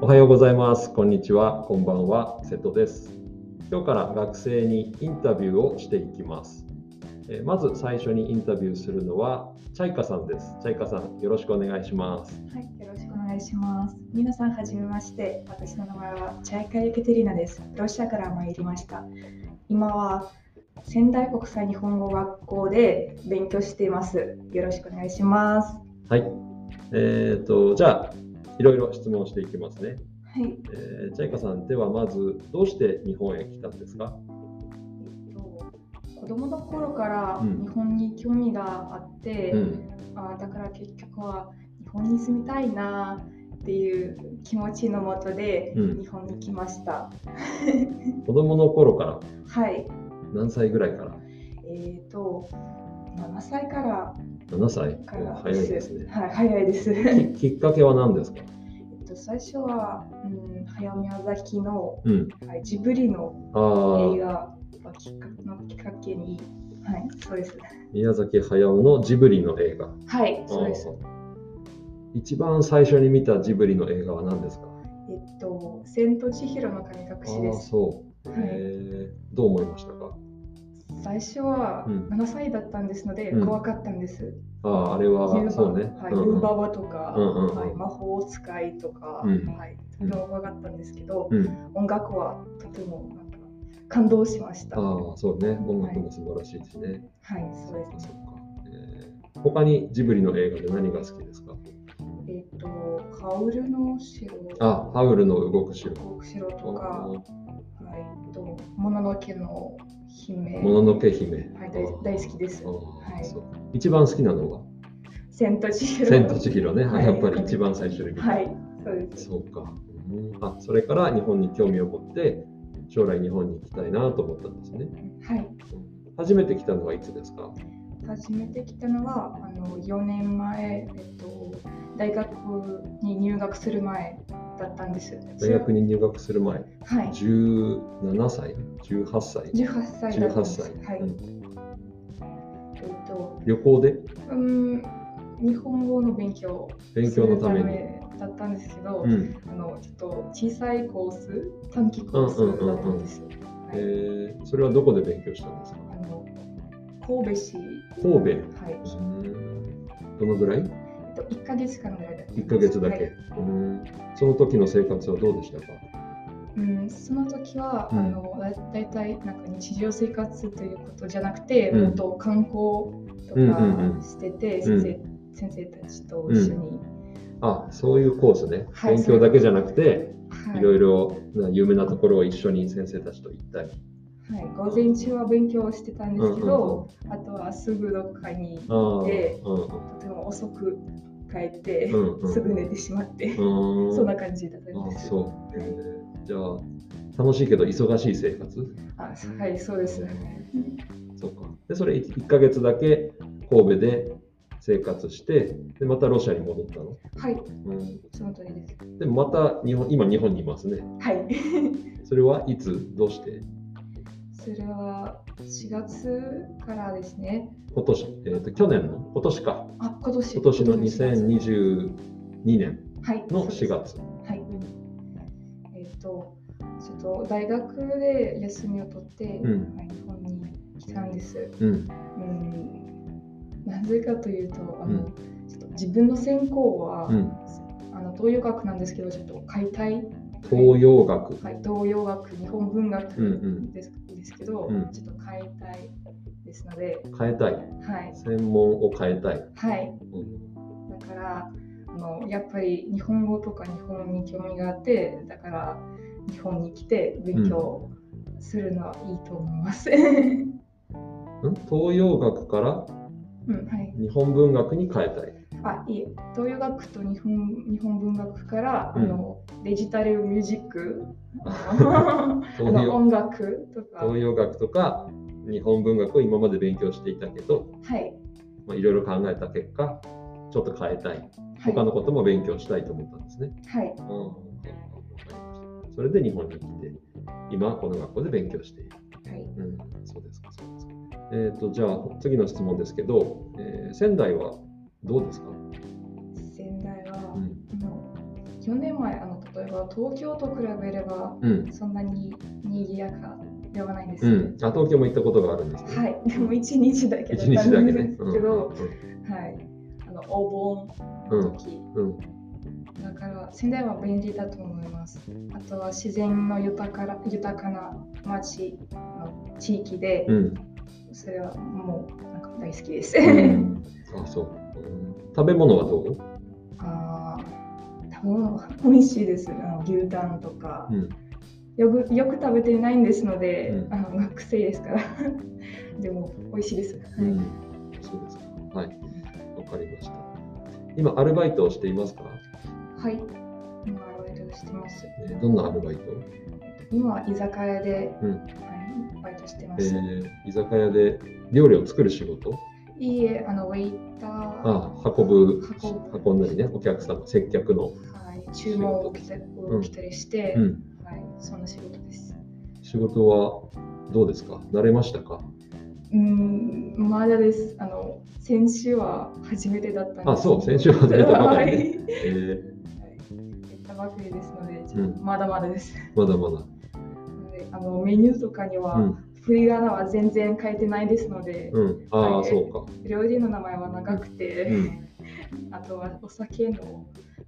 おはようございます。こんにちは。こんばんは。瀬戸です。今日から学生にインタビューをしていきます。えーまず最初にインタビューするのはチャイカさんです。チャイカさん、よろしくお願いします。はい、よろしくお願いします。皆さん、はじめまして。私の名前はチャイカ・エケテリーナです。ロシアから参りました。今は仙台国際日本語学校で勉強しています。よろしくお願いします。ははい。えっ、と、じゃあ、いろいろ質問していきますね。い、えーチャイカさん、ではまず、どうして日本へ来たんですかえっと子供の頃からうん日本に興味があって、ん。あだから結局は日本に住みたいなっていう気持ちのもとでうん日本に来ました。子供の頃から、はい、何歳ぐらいからえっ、と7歳から7歳から早いですね。はい、早いです。えきっかけは何ですかっと最初は、うん、早宮崎の、うん。はい、ジブリのああ映。画がきっかけのきっかけに、はい、そうです。宮崎駿のジブリの映画。はい、そうです。一番最初に見たジブリの映画は何ですかえっと、千と千尋の神隠しでああ、す。そう、はいえーどう思いましたか最初はうん7歳だったんですので、うん怖かったんです。ああ、あれは、ユーそバうね。はい、うんユーババとか、うんうんうんはい、魔法使いとか、うんはい、とても怖かったんですけど、うん、音楽はとてもなんか感動しました。はああ、そうね。音楽も素晴らしいですね。い、そうです。そっか。えー他にジブリの映画で何が好きですかえっ、と、カオルの城、あ、ハウルの動く城。国城とか、もはい、えっと、もののけの姫、ののけ姫。はい、大大好きですああ。はいそう一番好きなのは千と千尋。千と千尋ね、はいやっぱり一番最初に見た。はい、そうです。そうか、うんあそれから日本に興味を持って将来日本に行きたいなと思ったんですね、はい、うん初めて来たのはいつですか始めてきたのは、あの、4年前、えっと、大学に入学する前だったんです。大学に入学する前はい、 17歳18歳18歳だった18んです。歳、はい、うんえっと、旅行でうん、日本語の勉強を勉強のためにするためだったんですけど、うんあのちょっと小さいコース、短期コースだったんですよ。えーそれはどこで勉強したんですかあの神戸市、神戸はい、うんどのぐらいえっと1ヶ月間ぐらいだったんで1す。ヶ月だはけ、いうんその時の生活はどうでしたかうん、その時は、うんあのだだいたいなんか日常生活ということじゃなくて、うんもっと観光とうんうんうかんしてて、うん先生先生たちと一緒に、あそういうコースね、はい勉強だけじゃなくてはいいろいろな有名なところを一緒に先生たちと行ったり。はい、午前中は勉強してたんですうんけうんど、あとはすぐどっかにあーでうんとても遅く帰って、うんうんうんすぐ寝てしまって、うんそんな感じだったんあです。そう、えーじゃあ、楽しいけど忙しい生活あはい、そうですね。そうか。で、それ1, ヶ月だけ神戸で生活して、で、またロシアに戻ったの。はい、うその通りです。ん、で、また日本、今日本にいますね。はい。それはいつ、どうしてそれは4月からですね。今年、えーと、去年の、今年か。あ、今年。今年の4 2022年月はいの4そうです月。はい。えっ、と、ちょっと大学で休みを取って、うんはい日本に来たんです。うん。うんなぜかというと、あうの、ちょっと自分の専攻は、うん。あの東洋学なんですけど、ちょっと解体、東洋学。はい、東洋学、日本文学うんうんです,、ですけど、うんちょっと解体ですので、変えたい。はい、専門を変えたい。はい、うんだからあの、やっぱり日本語とか日本に興味があって、だから日本に来て勉強するのはいいと思います。 うん、ん東洋学からはい。日本文学に変えたい。あ、いえ、東洋学と日本日本文学から、うんあのデジタルミュージック、 あのあ東の洋音楽とか、東洋学とか日本文学を今まで勉強していたけど、はい、まあ、いろいろ考えた結果ちょっと変えたいはい、他のことも勉強したいと思ったんですね。はい、うんわかりましたそれで日本に来て今この学校で勉強している。はい、うん、そうですかそうですか。えっ、とじゃあ次の質問ですけど、えー仙台はどうですか、仙台は、うんあの4年前あの例えば東京と比べればうん。そんなに賑やかではないですうよね、ん。あ、東京も行ったことがあるんですね。はい、 でも1日だけ一だ日っただんけでね。すうんけど、はい、あのおう盆のん。時、うん。だから仙台は便利だと思います。あとは自然の豊かな豊かな町の地域で、うん。それはもうなんか大好きです。うんあ、そう。うん食べ物はどう あー多分美味しいです。あの牛タンとか、うん。よくよく食べてないんですので、うんあの学生ですから。 でも美味しいです。はいうん。そうですか。はい。わかりました。今、アルバイトをしていますか、はい、今アルバイトしてます。えーどんなアルバイト今は居酒屋で、うんはいバイトしてまえす。ー居酒屋で料理を作る仕事いいえ、あのウェイター、はあ運ぶ運ぶ運んだりねお客様接客の、い、注文を受けたを受けたりして、うん、はい、そんな仕事です。仕事はどうですか慣れましたかうん、まだです。あの先週は初めてだったんです。あそう先週初めてばかはりね、い。えーやったばかりですので、ちうょっんとまだまだです。まだまだ、はいあのメニューとかには、うん振り仮名は全然書いてないですので、うん、ああはいそうか料理の名前は長くて、うん あとはお酒の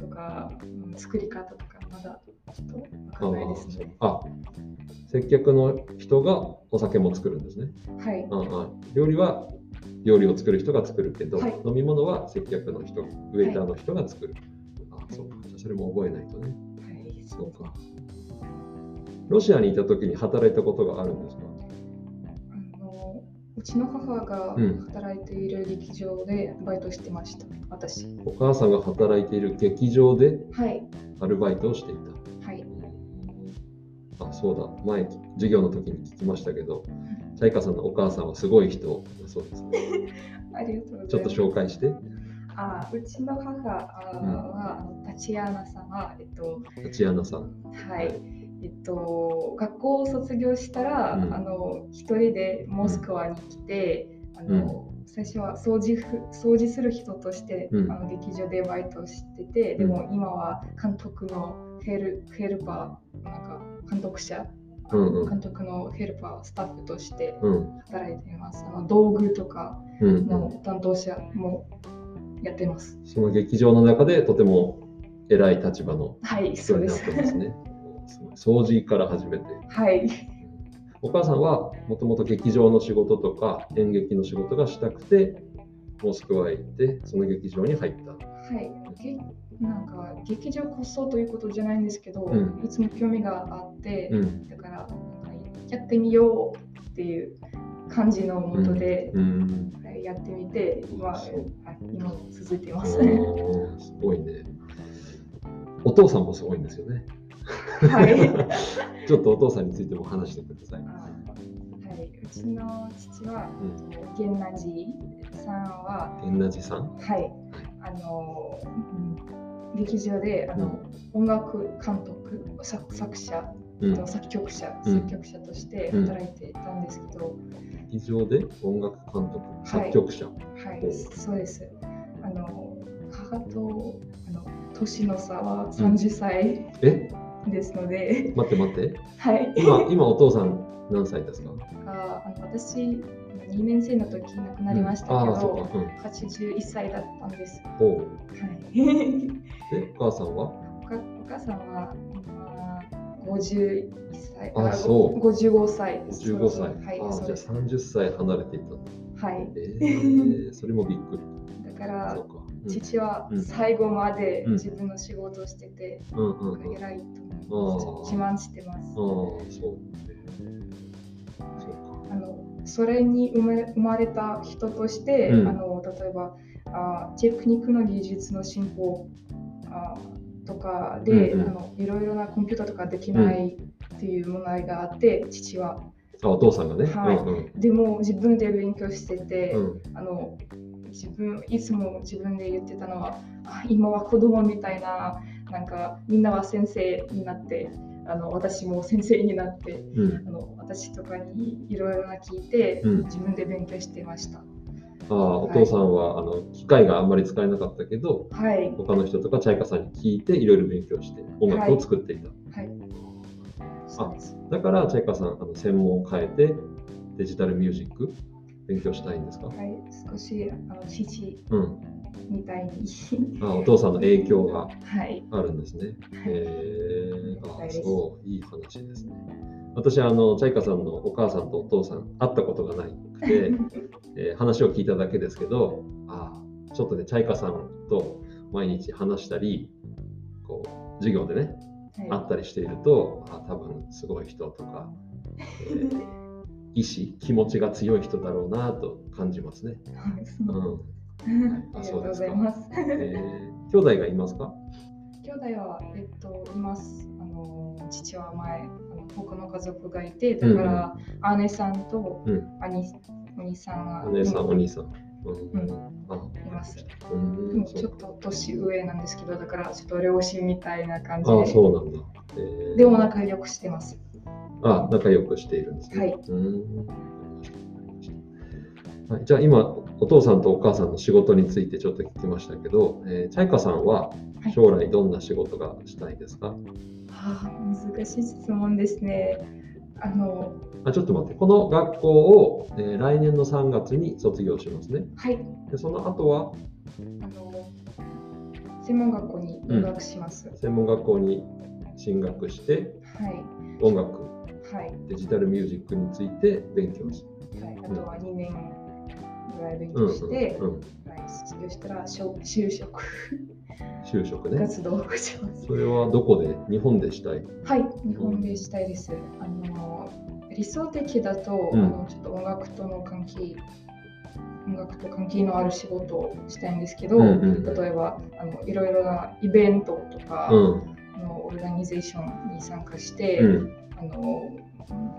とか、うん作り方とかまだちょっとわあかんないですーね。あ接客の人がお酒も作るんですねはい。ああ料理は料理を作る人が作るけど、はい飲み物は接客の人ウェイターの人が作る、あそうかじゃあそれも覚えないとねはい、そうか。ロシアにいた時に働いたことがあるんですか。あのうちの母がうん働いている劇場でバイトしてました、私。お母さんが働いている劇場ではい、アルバイトをしていた。はい、あ、そうだ。前授業の時に聞きましたけど、チャイカさんのお母さんはすごい人だそうです、ね。ありがとうごちざょっいとます。紹介して。あうちの母あは、あのタチアーナ様、えっと、タチアナさん。はい、えっと、学校を卒業したら、うんあの一人でモスクワに来て、あの最初は掃除ふ掃除する人として、うんあの劇場でバイトしてて、でも今は監督のヘルヘルパーなんか監督者、うんうん監督のヘルパースタッフとしてうん。働いています。あの道具とかうん、うん。の担当者もやってます。その劇場の中でとても偉い立場のはい、そ人うにでなっすて。ますね。すごい掃除から始めて。 はい。お母さんはもともと劇場の仕事とか演劇の仕事がしたくてモスクワへ行ってその劇場に入った。はい、げなんか劇場こそということじゃないんですけど、うんいつも興味があって、うん。だからなんかやってみようっていう感じのもとで、うん。はいやってみて今,、はそうい、今も続いてます。おーすごいね。お父さんもすごいんですよね。 はい ちょっとお父さんについても話してくださいあ。はいうちの父は、うゲンナジーさんは、エンナジさん。はいあのうん劇場であの、音楽監督作作者うん。作曲者、うん作曲者として働いていたんですけど、劇場で音楽監督、作曲者。はおい、そうです。あの母とあの年の差は30歳えですので、 待って待って。はい。今、今お父さん何歳ですかああの私2年生の時亡 くなりましたけああ、そど、うか。うん。 81歳だったんです。はおうい。 で、お母さんはおかお母さんは今51歳、あそうご55歳です。 15歳。はい、ああ、そうじでゃあす。 30歳離れていたんだ はい。えー、それもびっくり。だかそらうか。父はうん最後までうん自分の仕事をしてて、うんうんうん。ああ、偉いと思います。自慢してます。そう。そうあのそれに生まれ生まれた人として、うんあの例えばあテクニックの技術の進歩あとかで、うんうんあのいろいろなコンピューターとかできないっていう問題があって、父はか。あ、お父さんがね。はいうんうんでも自分で勉強してて、うんあの自分いつも自分で言ってたのはあ今は子供みたいななんかみんなは先生になってあの私も先生になってうんあの私とかにいろいろな聞いて、うん自分で勉強してました。ああお父さんは、あの機械があんまり使えなかったけどはい、他の人とかチャイカさんに聞いていろいろ勉強して音楽を作っていた、はい。そうです。だからチャイカさんあの専門を変えてデジタルミュージック勉強したいんですか、はい、少しあの父うん、みたいに、ああお父さんの影響がはい、あるんですね。へえはあいそういい話ですね。私あのチャイカさんのお母さんとお父さん会ったことがなくて、えー話を聞いただけですけどあーちょっとねチャイカさんと毎日話したりこう授業でね会はったりしているとあー多分すごい人とか、えー意志気持ちが強い人だろうなと感じますね。い、そう ですうね。んあそうですかありがとうございます。えー兄弟がいますか兄弟は、えっと、います。あの父は前、あの僕の家族がいて、だから、姉さんとうん兄、お兄さんがお姉さん、おうん兄さん。う、うんあいまうす。でんもちょっと年上なんですけど、だからちょっと両親みたいな感じああ、で、そうなんだ。えーでも仲良くしてます。あ仲良くしているんですね。はいうーんはい、じゃあ今、お父さんとお母さんの仕事についてちょっと聞きましたけど、えーチャイカさんははい将来どんな仕事がしたいですか、あー難しい質問ですね。あの、あちょっと待って、この学校を、えー来年の3月に卒業しますね。はい、でその後はあの専門学校に入学します。専門学校に進学して、はい、音楽、はい、デジタルミュージックについて勉強しはい、あとは2年ぐらい勉強して、うんうんうん、はい、卒業したら就就職就職ね。活動を します。それはどこで日本でしたいはい、日本でしたいです。あの理想的だと、うんあのちょっと音楽との関係音楽と関係のある仕事をしたいんですけど、うんうん例えばあのいろいろなイベントとか、うんあのオルガニゼーションに参加して、うんあの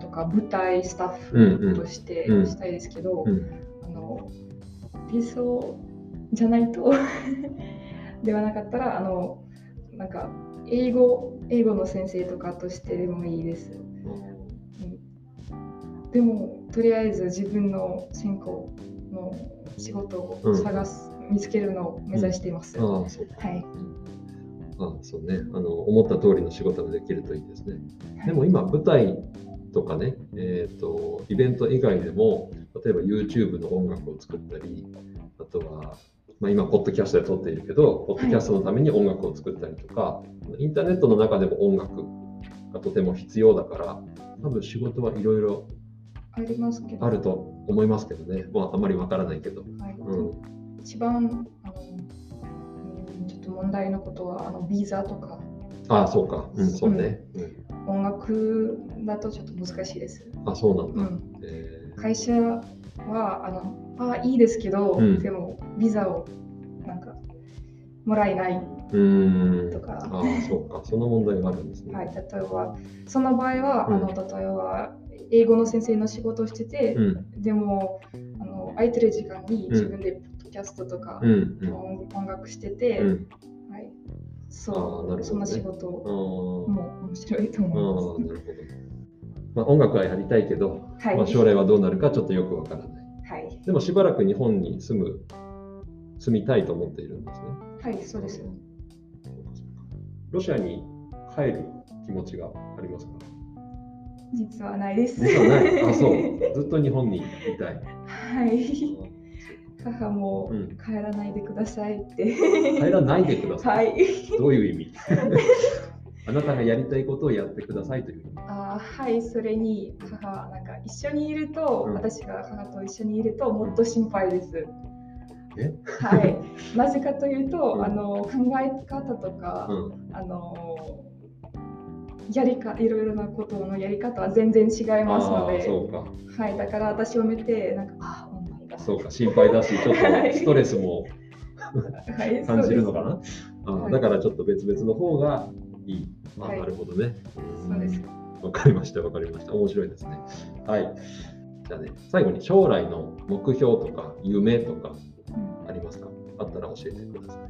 とか舞台スタッうんフうんとしてうんしたいですけど、うんあの理想じゃないと ではなかったらあのなんか英語英語の先生とかとしてでもいいですでもとりあえず自分の専攻の仕事を探す、見つけるのを目指しています、はああそうかいああそうねあの思った通りの仕事ができるといいですねはいでも今舞台とかねえっ、とイベント以外でも例えば YouTube の音楽を作ったりあとはまあ、今、ポッドキャストで撮っているけど、ポッドキャストのために音楽を作ったりとか、インターネットの中でも音楽がとても必要だから、多分仕事はいろいろありますけどあると思いますけどね、まあ、あまりわからないけど。はいうん一番あのうんちょっと問題のことはあのビザとかああ、そうか。うん、そうね。うん音楽だとちょっと難しいです。あそうなんうだ。ん、えー会社はあのあいいですけど、うんでもビザをなんかもらえない、うーん。とかああ、そうか。その問題があるんですね。はい、例えばその場合は、うんあの例えば英語の先生の仕事をしててう、ん、でもあの空いてる時間に自分でポッドキャストとか、うん、うん音音楽してて、うん。はあーない、るそほう、どねそんな仕事あーも面白いとあー、なる思ほいまど。まあ、音楽はやりたいけど、す。はい、まあ、将来はどうなるかちょっとよくわからない。はい、でもしばらく日本に住む、住みたいと思っているんですね。はい、そうです。そうかそうかロシアに帰る気持ちがあります か実はないです。実はない。あ、そう。ずっと日本にいたい。 はい。母もうん帰らないでくださいって。帰らないでください。はい。どういう意 味あなたがやりたいことをやってくださいという意味。あーはい、それに母、なんか一緒にいると、うん私が母と一緒にいると、もっと心配です。えはい。なぜかというと、うんあの考え方とか、うん、あのやりかいろいろなことのやり方は全然違いますのああ、で、そうか、はい、だから私を見て、なんか、ああ、お前が。そうか、心配だし、ちょっとストレスもは い、感じるのそうかな。あはーいだからちょっと別々の方がいい。あーはいなるほどね。です。そうです。わかりました、わかりました。面白いですね。はい。じゃあね、最後に将来の目標とか夢とかうんありますかあったら教えてください。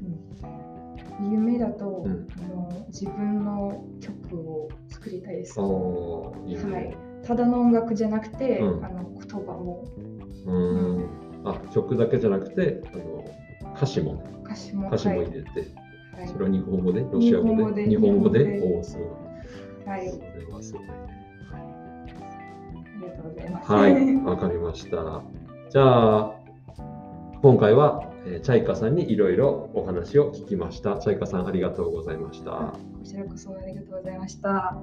夢だと、うんあの自分の曲を作りたいです。あはあ、いいね。い、ただの音楽じゃなくて、うんあの言葉もうーん。あ曲だけじゃなくてあの歌詞もね歌詞も歌詞も入れて、それは日本語でロシ日ア本語語でで日本語で日本語でおーすごはい、はいい、それはすごいねありがとうございます。はいわかりましたじゃあ今回は、えーチャイカさんにいろいろお話を聞きましたチャイカさんありがとうございました、こちらこそありがとうございました。